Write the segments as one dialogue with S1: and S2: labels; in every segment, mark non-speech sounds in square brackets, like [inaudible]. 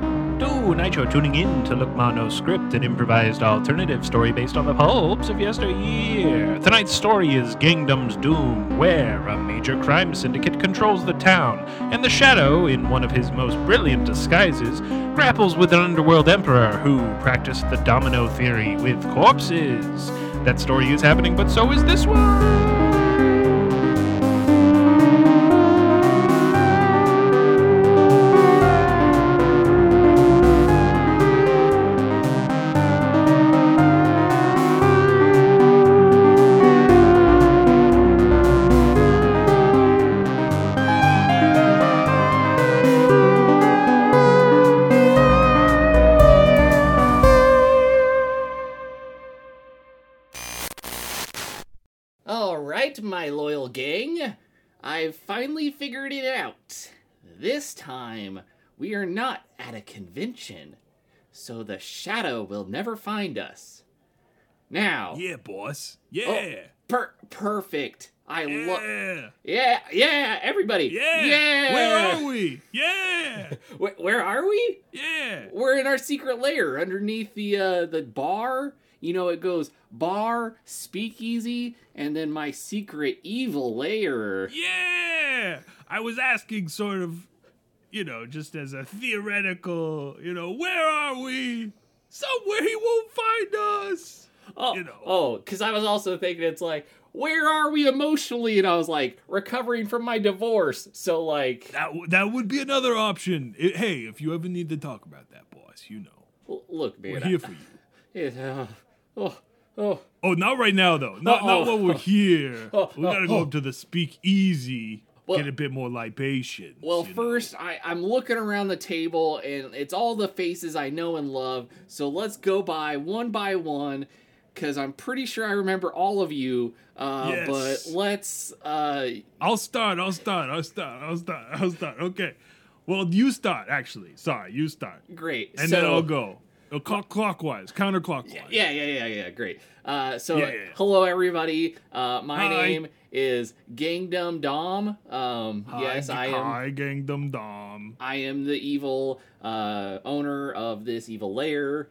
S1: Hello, Nitro, tuning in to Look Ma No Script, an improvised alternative story based on the pulps of yesteryear. Tonight's story is Gangdom's Doom, where a major crime syndicate controls the town, and the Shadow, in one of his most brilliant disguises, grapples with an underworld emperor who practiced the domino theory with corpses. That story is happening, but so is this one.
S2: All right, my loyal gang. I've finally figured it out. This time, we are not at a convention, so the shadow will never find us. Now,
S3: Yeah, boss. Yeah.
S2: per- perfect. I love.
S3: yeah.
S2: Yeah, yeah, everybody.
S3: Yeah.
S2: yeah.
S3: Where are we? Yeah.
S2: Wh- where are we?
S3: yeah.
S2: We're in our secret lair underneath the uh, the bar. You know, it goes bar, speakeasy, and then my secret evil lair.
S3: Yeah. I was asking sort of, you know, just as a theoretical, you know, where are we? Somewhere he won't find us.
S2: Oh,
S3: you know.
S2: oh, because I was also thinking it's like, where are we emotionally? And I was like, recovering from my divorce. So like,
S3: That w- that would be another option. I- hey, if you ever need to talk about that, boss, you know.
S2: l- look, man,
S3: We're
S2: I-
S3: here for you.
S2: it, uh, oh, oh,
S3: Oh, not right now though. Not not
S2: Uh-oh.
S3: while we're here.
S2: [laughs] Oh,
S3: we gotta go
S2: oh.
S3: up to the speakeasy,
S2: Well-
S3: get a bit more libation.
S2: Well, first, I, I'm looking around the table, and it's all the faces I know and love. So let's go by one by one, because I'm pretty sure I remember all of you. Uh,
S3: Yes.
S2: But let's. Uh,
S3: I'll start. I'll start. I'll start. I'll start. I'll start. Okay. Well, you start actually. Sorry, you start,
S2: great.
S3: and
S2: so,
S3: then I'll go. Uh, clock- clockwise, counterclockwise.
S2: Yeah, yeah, yeah, yeah. Great. Uh, so,
S3: Yeah, yeah.
S2: hello everybody. Uh, my
S3: Hi.
S2: name is Gangdom Dom. Um,
S3: Hi,
S2: yes, I am.
S3: Hi, Gangdom Dom.
S2: I am the evil uh, owner of this evil lair,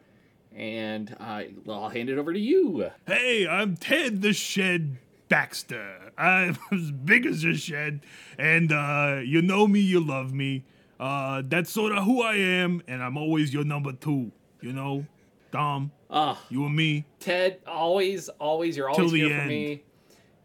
S2: and I, I'll hand it over to you.
S3: Hey, I'm Ted the Shed Baxter. I'm [laughs] as big as a shed, and uh, you know me, you love me. Uh, that's sort of who I am, and I'm always your number two. You know, Dom,
S2: Ah.
S3: you and me.
S2: Ted, always, always, you're always
S3: Till the
S2: here for
S3: end.
S2: me.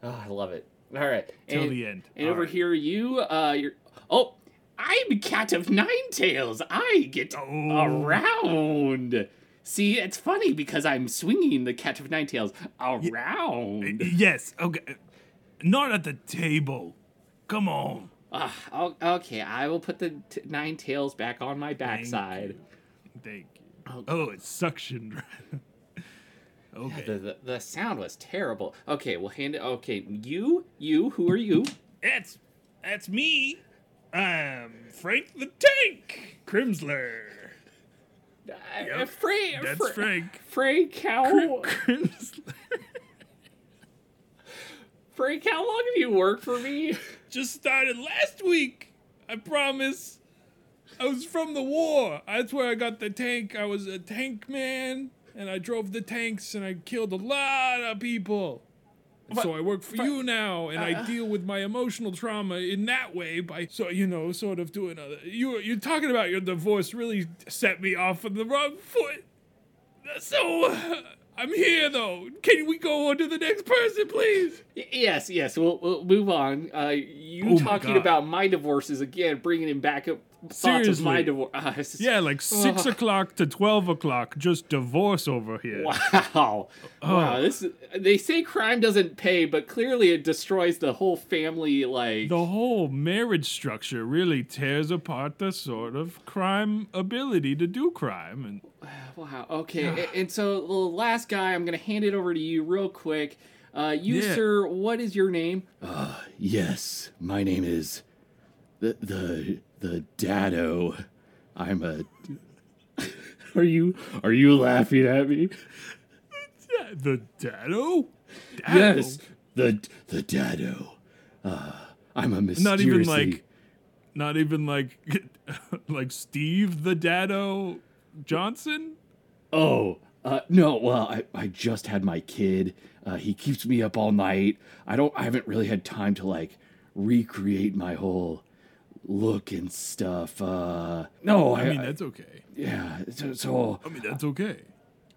S2: Oh, I love it. All right.
S3: Till
S2: and,
S3: the end.
S2: And
S3: All
S2: over
S3: right.
S2: here, you, uh, you're. Oh, I'm Cat of Nine Tails. I get
S3: Oh.
S2: around. See, it's funny because I'm swinging the Cat of Nine Tails around.
S3: [laughs] Yes. Okay. Not at the table. Come on.
S2: Ah, o- okay, I will put the t- Nine Tails back on my backside.
S3: Thank you. Oh, it's suction. [laughs] okay.
S2: The, the, the sound was terrible. Okay, we'll hand it. Okay, you, you, who are you?
S3: That's that's me. I'm Frank the Tank Crimsler.
S2: Uh, Frank.
S3: That's
S2: Fra-
S3: Frank.
S2: Frank, how?
S3: Crimsler.
S2: Frank, how long have you worked for me?
S3: Just started last week. I promise. I was from the war. That's where I got the tank. I was a tank man, and I drove the tanks, and I killed a lot of people. And so I work for you now, and I deal with my emotional trauma in that way by, so you know, sort of doing other. You you talking about your divorce really set me off on the wrong foot. So [sighs] I'm here though. Can we go on to the next person, please?
S2: Y- yes, yes. We'll, we'll move on. Uh, you
S3: Oh my
S2: talking
S3: God.
S2: about my divorces again, bringing him back up. thoughts of my
S3: Seriously.
S2: divorce. [laughs] Uh, this is-
S3: Yeah, like six o'clock to twelve o'clock, just divorce over here.
S2: Wow.
S3: Oh.
S2: Wow. This is, they say crime doesn't pay, but clearly it destroys the whole family. Like
S3: The whole marriage structure really tears apart the sort of crime ability to do crime, and
S2: [sighs] wow. Okay. a- and so the last guy, I'm gonna hand it over to you real quick. Uh, you,
S3: Yeah.
S2: sir, what is your name?
S4: Yes, my name is the the the Dado. I'm a. [laughs] Are you are you laughing at me?
S3: Yeah, the Dado. Dado?
S4: Yes, the the Dado. Uh, I'm a mysteriously.
S3: not [laughs] even like, not even like, like Steve the Dado Johnson?
S4: Oh, uh, no. Well, I, I just had my kid. Uh, he keeps me up all night. I don't. I haven't really had time to like recreate my whole look and stuff. Uh, no, I,
S3: I mean,
S4: I-
S3: that's okay.
S4: yeah. So, so
S3: I mean, that's okay.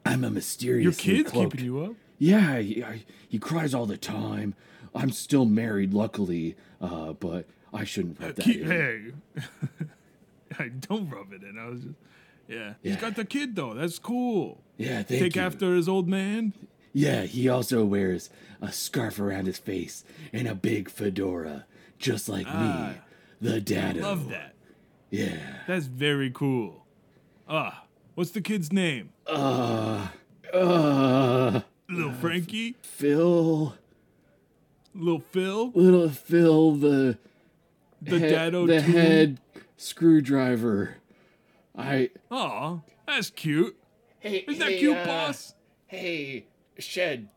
S4: I'm a mysterious.
S3: Your kid's keeping you up.
S4: Yeah, he, I, he cries all the time. I'm still married, luckily. Uh, but I shouldn't
S3: Uh,
S4: let that.
S3: keep,
S4: in.
S3: hey, [laughs] I don't rub it in. I was just, yeah. He's
S4: Yeah.
S3: got the kid though. That's cool.
S4: Yeah, thank
S3: Take
S4: you.
S3: after his old man.
S4: Yeah, he also wears a scarf around his face and a big fedora, just like
S3: Ah.
S4: me, the dado.
S3: Love that.
S4: Yeah.
S3: That's very cool. Ah, what's the kid's name?
S4: Uh, uh,
S3: Little Frankie.
S4: Phil,
S3: Little Phil.
S4: little Phil, the
S3: The
S4: he-
S3: dado.
S4: the
S3: too?
S4: head screwdriver. I
S3: Aw, that's cute.
S2: Hey,
S3: Isn't that
S2: hey,
S3: cute,
S2: uh,
S3: boss?
S2: Hey, Shed,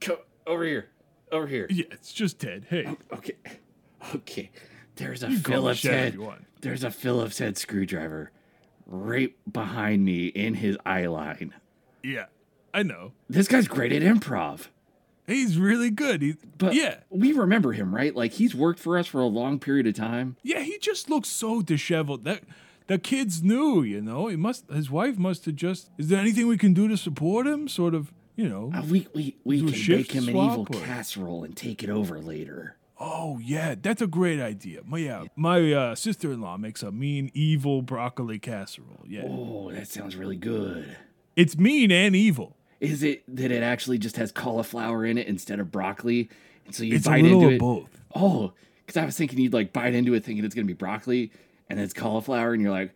S2: come over here, over here.
S3: Yeah, it's just Ted. Hey,
S4: okay, [laughs] okay. There's a
S3: You can call me
S4: Phillips
S3: Chef if
S4: head.
S3: you want.
S4: There's a Phillips head screwdriver, right behind me in his eye line.
S3: Yeah, I know.
S4: This guy's great at improv.
S3: He's really good. He's,
S4: But
S3: yeah,
S4: we remember him, right? Like he's worked for us for a long period of time.
S3: yeah. He just looks so disheveled. That the kids knew, you know. He must. His wife must have just. Is there anything we can do to support him? Sort of, you know.
S4: Uh, we we, we
S3: Do a
S4: can
S3: shift
S4: make him an
S3: swap
S4: evil
S3: or-
S4: casserole and take it over later.
S3: Oh yeah, that's a great idea. My yeah, my uh, sister-in-law makes a mean, evil broccoli casserole. Yeah,
S4: Oh, that sounds really good.
S3: it's mean and evil.
S4: Is it that it actually just has cauliflower in it instead of broccoli? And so you
S3: It's a
S4: bite
S3: little
S4: into
S3: of
S4: it.
S3: both.
S4: Oh, because I was thinking you'd like bite into it thinking it's gonna be broccoli, and it's cauliflower, and you're like,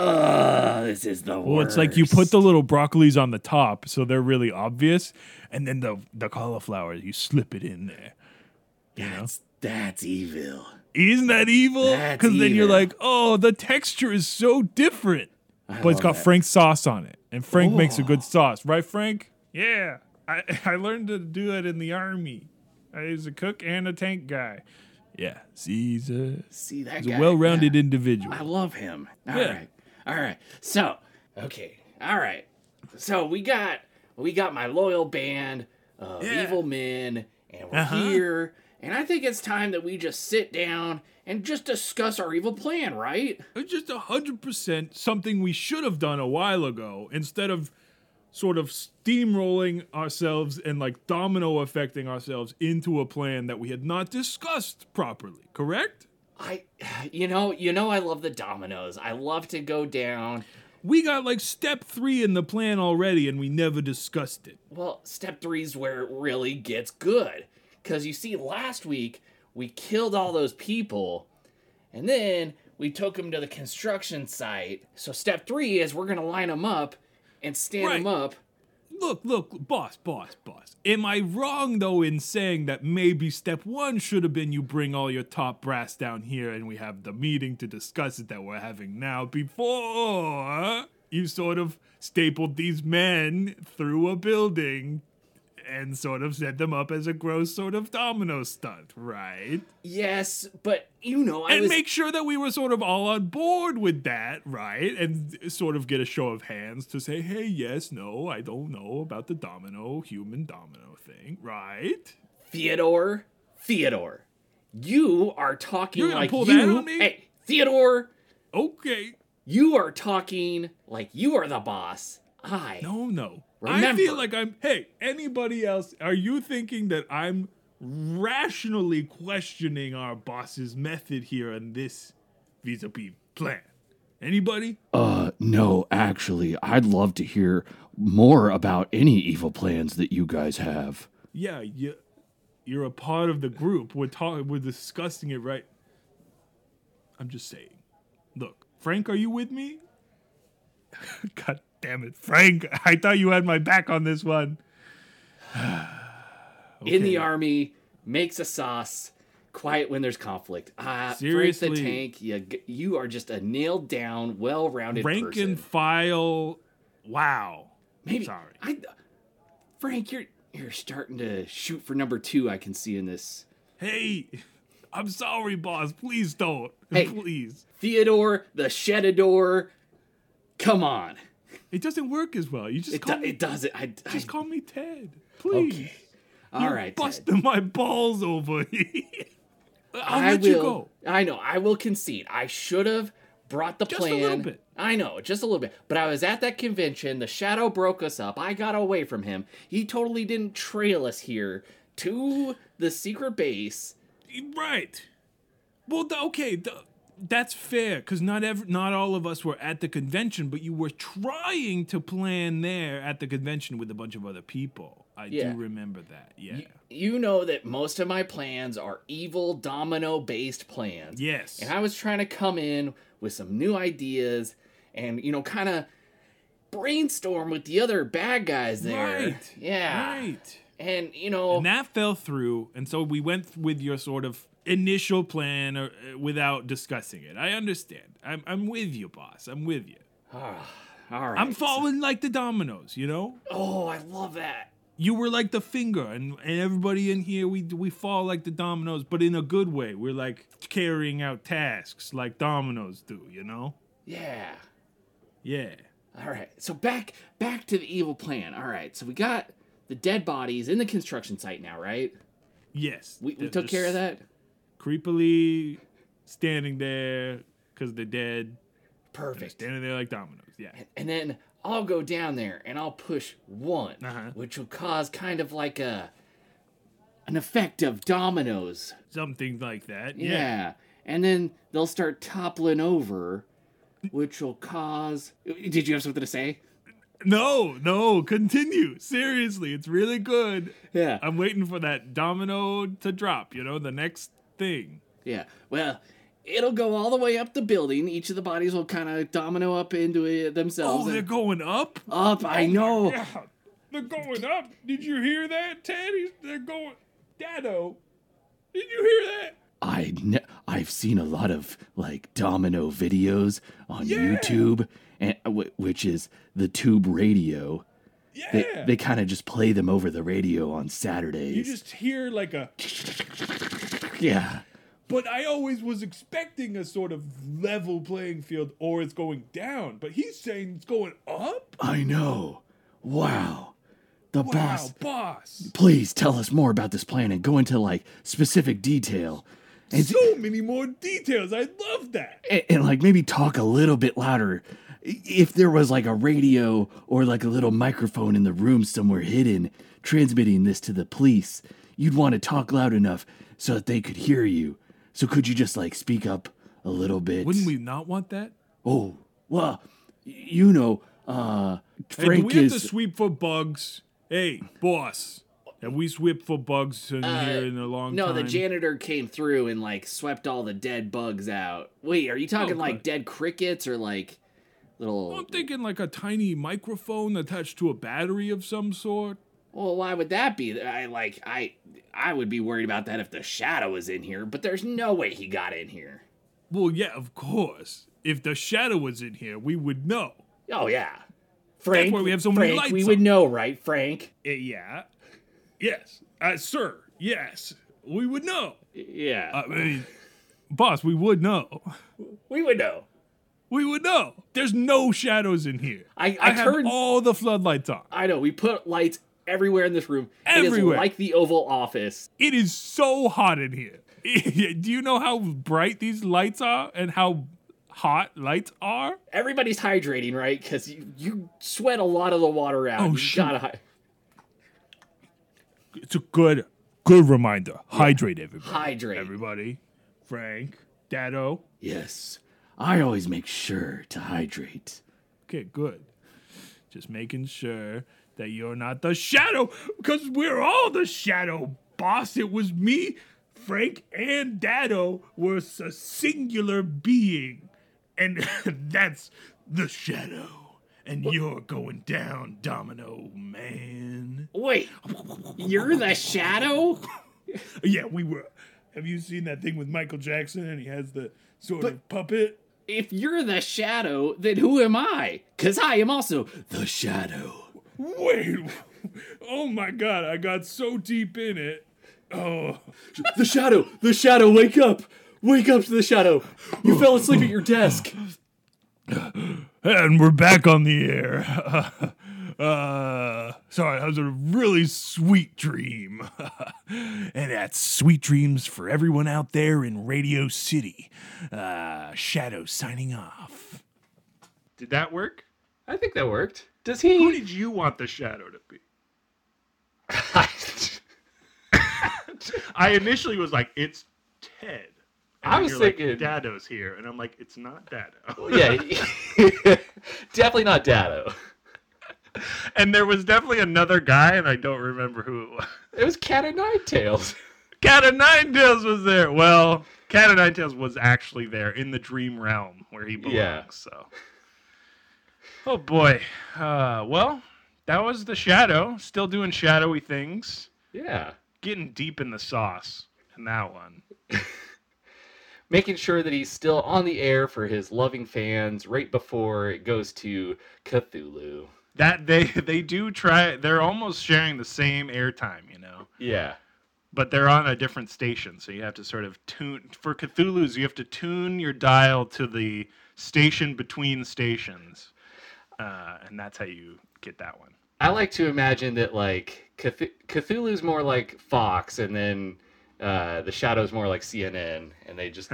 S4: "Ugh, this is the worst."
S3: Well, it's like you put the little broccolis on the top, so they're really obvious, and then the the cauliflower you slip it in there.
S4: that's, that's evil.
S3: Isn't that evil?
S4: That's
S3: Because then you're
S4: evil.
S3: like, oh, the texture is so different.
S4: I
S3: but it's
S4: love
S3: got
S4: that.
S3: Frank's sauce on it, and Frank makes a good sauce, right, Frank? Yeah, I [laughs] I learned to do it in the army. I was a cook and a tank guy. Yeah, he's a,
S4: See that
S3: he's a
S4: guy?
S3: well-rounded
S4: Yeah.
S3: individual.
S4: I love him. All right,
S3: Yeah.
S4: All right. So,
S2: Okay, all right. So we got we got my loyal band of
S3: Yeah.
S2: evil men, and we're
S3: Uh-huh.
S2: here. And I think it's time that we just sit down and just discuss our evil plan, right?
S3: It's just a hundred percent something we should have done a while ago instead of sort of steamrolling ourselves and like domino affecting ourselves into a plan that we had not discussed properly. Correct?
S2: I, [sighs] you know, you know, I love the dominoes. I love to go down.
S3: We got like step three in the plan already, and we never discussed it.
S2: Well, step three is where it really gets good. Because you see, last week we killed all those people, and then we took them to the construction site. So, step three is we're going to line them up and stand them
S3: Right.
S2: up.
S3: Look, look, boss, boss, boss. Am I wrong though in saying that maybe step one should have been you bring all your top brass down here and we have the meeting to discuss it that we're having now before you sort of stapled these men through a building and sort of set them up as a gross sort of domino stunt, right?
S2: Yes, but you know, I
S3: and
S2: was.
S3: make sure that we were sort of all on board with that, right? And sort of get a show of hands to say, hey, yes, no, I don't know about the domino, human domino thing, right?
S2: Theodore, Theodore, you are talking
S3: You're gonna
S2: like
S3: pull
S2: you.
S3: that on me?
S2: Hey, Theodore,
S3: Okay,
S2: you are talking like you are the boss. I.
S3: no, no. I
S2: Remember-
S3: feel like I'm, hey, anybody else, are you thinking that I'm rationally questioning our boss's method here in this vis a vis plan? Anybody?
S4: uh, no, actually, I'd love to hear more about any evil plans that you guys have.
S3: yeah, you, you're a part of the group. We're talking, we're discussing it, right? I'm just saying. Look, Frank, are you with me? [laughs] God damn it, Frank! I thought you had my back on this one.
S2: in the
S3: Okay.
S2: army, makes a sauce, quiet when there's conflict. Ah, Frank
S3: Seriously.
S2: the Tank, you, g- you are just a nailed down, well rounded
S3: Rank
S2: person.
S3: and file. Wow.
S2: Maybe
S3: sorry.
S2: I, Frank, you're you're starting to shoot for number two. I can see in this.
S3: Hey, I'm sorry, boss. [laughs] Please don't.
S2: Hey.
S3: Please.
S2: Theodore the Shedador, Come on.
S3: It doesn't work as well. You just
S2: It, do-
S3: call me,
S2: it doesn't. I, I,
S3: just call me Ted, please.
S2: Okay. all
S3: You're
S2: right. Ted.
S3: busting my balls over here. [laughs] I'll
S2: I
S3: let
S2: will.
S3: you go.
S2: I know. I will concede. I should have brought the
S3: Just a
S2: plan.
S3: little bit.
S2: I know, just a little bit. But I was at that convention. The shadow broke us up. I got away from him. He totally didn't trail us here to the secret base.
S3: Right. Well, the, okay, the, that's fair because not ev- not all of us were at the convention, but you were trying to plan there at the convention with a bunch of other people. I
S2: Yeah.
S3: do remember that. Yeah.
S2: Y- You know that most of my plans are evil domino based plans.
S3: yes.
S2: And I was trying to come in with some new ideas and, you know, kind of brainstorm with the other bad guys there.
S3: Right.
S2: Yeah.
S3: Right.
S2: And, you know,
S3: And that fell through, and so we went th- with your sort of initial plan or, uh, without discussing it. I understand. I'm I'm with you, boss. I'm with you.
S2: ah, all right.
S3: I'm falling like the dominoes, you know?
S2: Oh, I love that.
S3: you were like the finger and, and everybody in here we we fall like the dominoes but in a good way we're like carrying out tasks like dominoes do you know
S2: Yeah.
S3: yeah
S2: All right. So back back to the evil plan. All right. So we got the dead bodies in the construction site now, right?
S3: yes
S2: We, we
S3: They're
S2: took care of that.
S3: just creepily standing there because they're dead they're
S2: Perfect.
S3: standing there like dominoes yeah
S2: and then I'll go down there and I'll push one,
S3: Uh-huh.
S2: which will cause kind of like a an effect of dominoes.
S3: something like that
S2: Yeah.
S3: yeah,
S2: And then they'll start toppling over, which will cause. Did you have something to say?
S3: no no continue seriously it's really good
S2: Yeah.
S3: i'm waiting for that domino to drop you know the next thing
S2: Yeah. Well, it'll go all the way up the building. Each of the bodies will kind of domino up into it
S3: oh
S2: themselves.
S3: they're
S2: and
S3: going up
S2: up, I know.
S3: Yeah, Oh they're going up. Did you hear that, Teddy? They're going. Dado, did you hear that?
S4: I ne- I've seen a lot of like domino videos on
S3: Yeah.
S4: YouTube, and uh, wh- which is the tube radio.
S3: Yeah.
S4: They they kind of just play them over the radio on Saturdays.
S3: you just hear like a.
S4: yeah.
S3: But I always was expecting a sort of level playing field, or it's going down. But he's saying it's going up.
S4: I know. Wow. The
S3: Wow,
S4: boss.
S3: boss.
S4: Please tell us more about this plan and go into like specific detail. And,
S3: So many more details. I love that.
S4: and, and, like maybe talk a little bit louder. I- If there was like a radio or like a little microphone in the room somewhere hidden transmitting this to the police, you'd want to talk loud enough so that they could hear you. So could you just like speak up a little bit?
S3: not want that?
S4: Oh, well, y- you know, uh,
S3: Hey, do
S4: Frank
S3: we have
S4: is
S3: to sweep for bugs? Hey, boss. Have we swept for bugs in here in a long
S2: Uh, No,
S3: time?
S2: the janitor came through and like swept all the dead bugs out. Wait, are you talking
S3: Oh,
S2: like
S3: good.
S2: dead crickets or like little?
S3: Oh, I'm thinking like a tiny microphone attached to a battery of some sort.
S2: Well, why would that be? I like I I would be worried about that if the shadow was in here, but there's no way he got in here.
S3: Well, yeah, of course. If the shadow was in here, we would know.
S2: Oh yeah, Frank.
S3: why we have so many
S2: Frank,
S3: lights
S2: we would
S3: on.
S2: know, right, Frank?
S3: Eh, yeah. Yes. Uh, sir. Yes. We would know.
S2: Yeah,
S3: I mean, boss, we would know.
S2: we would know.
S3: We would know. There's no shadows in here.
S2: I-
S3: I
S2: I
S3: have
S2: turned-
S3: all the floodlights on.
S2: I know. We put lights everywhere in this room. It
S3: Everywhere.
S2: is like the Oval Office.
S3: It is so hot in here. [laughs] Do you know how bright these lights are and how hot lights are?
S2: Everybody's hydrating, right? Because you, you sweat a lot of the water out.
S3: Oh,
S2: you
S3: shoot.
S2: gotta hy-
S3: It's a good, good reminder. Hydrate, everybody.
S2: hydrate.
S3: everybody. Frank, Dado.
S4: Yes. I always make sure to hydrate.
S3: Okay, good. Just making sure that you're not the shadow, because we're all the shadow, boss. It was me, Frank, and Dado were s- a singular being, and [laughs] that's the shadow. And you're going down, Domino Man.
S2: Wait, you're the shadow?
S3: Yeah, we were. Have you seen that thing with Michael Jackson and he has the sort of puppet?
S2: If you're the shadow, then who am I? Because I am also
S4: The shadow.
S5: [laughs]
S3: Wait. Oh my god, I got so deep in it. Oh.
S4: The shadow. The shadow. Wake up. Wake up to the shadow.
S2: You fell asleep at your desk.
S5: And we're back on the air. [laughs] uh, sorry, that was a really sweet dream. [laughs] and that's sweet dreams for everyone out there in Radio City. Uh, Shadow signing off.
S3: Did that work?
S2: I think that worked. Does
S3: Who
S2: he?
S3: did you want the shadow to be? I initially was like, it's Ted.
S2: I
S3: And then
S2: was
S3: you're like,
S2: thinking-
S3: Dado's here, and I'm like, it's not Dado.
S2: yeah, [laughs] definitely not Dado.
S3: and there was definitely another guy, and I don't remember who it was.
S2: It was Cat o' Nine Tails.
S3: Cat of Nine Tails was there. Well, Cat of Nine Tails was actually there in the dream realm where he belongs.
S2: Yeah.
S3: So, oh boy. Uh, well, that was the shadow. Still doing shadowy things.
S2: Yeah,
S3: Getting deep in the sauce in that one.
S2: making sure that he's still on the air for his loving fans right before it goes to Cthulhu.
S3: That they [laughs] they do try. They're almost sharing the same airtime, you know.
S2: Yeah,
S3: But they're on a different station, so you have to sort of tune for Cthulhu's. You have to tune your dial to the station between stations, uh, and that's how you get that one.
S2: I like to imagine that like Cth- Cthulhu's more like Fox, and then uh, the Shadow's more like CNN, and they
S3: [laughs]
S2: just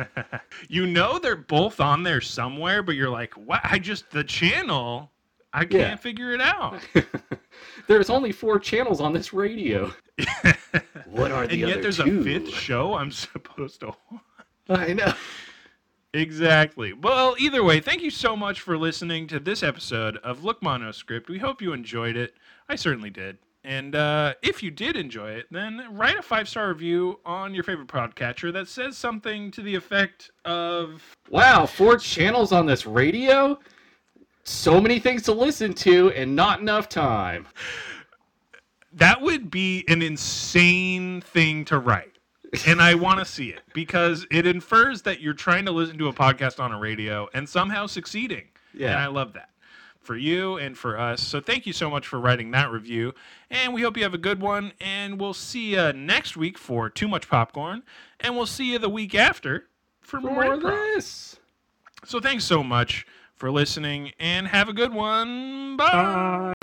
S3: you know they're both on there somewhere, but you're like, what? I just the channel. I can't
S2: Yeah.
S3: figure it out.
S2: there's only four channels on this
S3: [laughs]
S2: radio. what are the
S3: and
S2: other
S3: yet there's
S2: two?
S3: a fifth show I'm [laughs] supposed to.
S2: I know.
S3: Exactly. Well, either way, thank you so much for listening to this episode of Look Monoscript. We hope you enjoyed it. I certainly did. And uh, if you did enjoy it, then write a five star review on your favorite podcatcher that says something to the effect of
S2: Wow, four channels on this radio? So many things to listen to and not enough time.
S3: That would be an insane thing to write. And I want to see it because it infers that you're trying to listen to a podcast on a radio and somehow succeeding.
S2: Yeah.
S3: And I love that for you and for us. So thank you so much for writing that review. And we hope you have a good one. And we'll see you next week for Too Much Popcorn. And we'll see you the week after for, more
S2: More of
S3: improv.
S2: this.
S3: So thanks so much for listening and have a good one. Bye.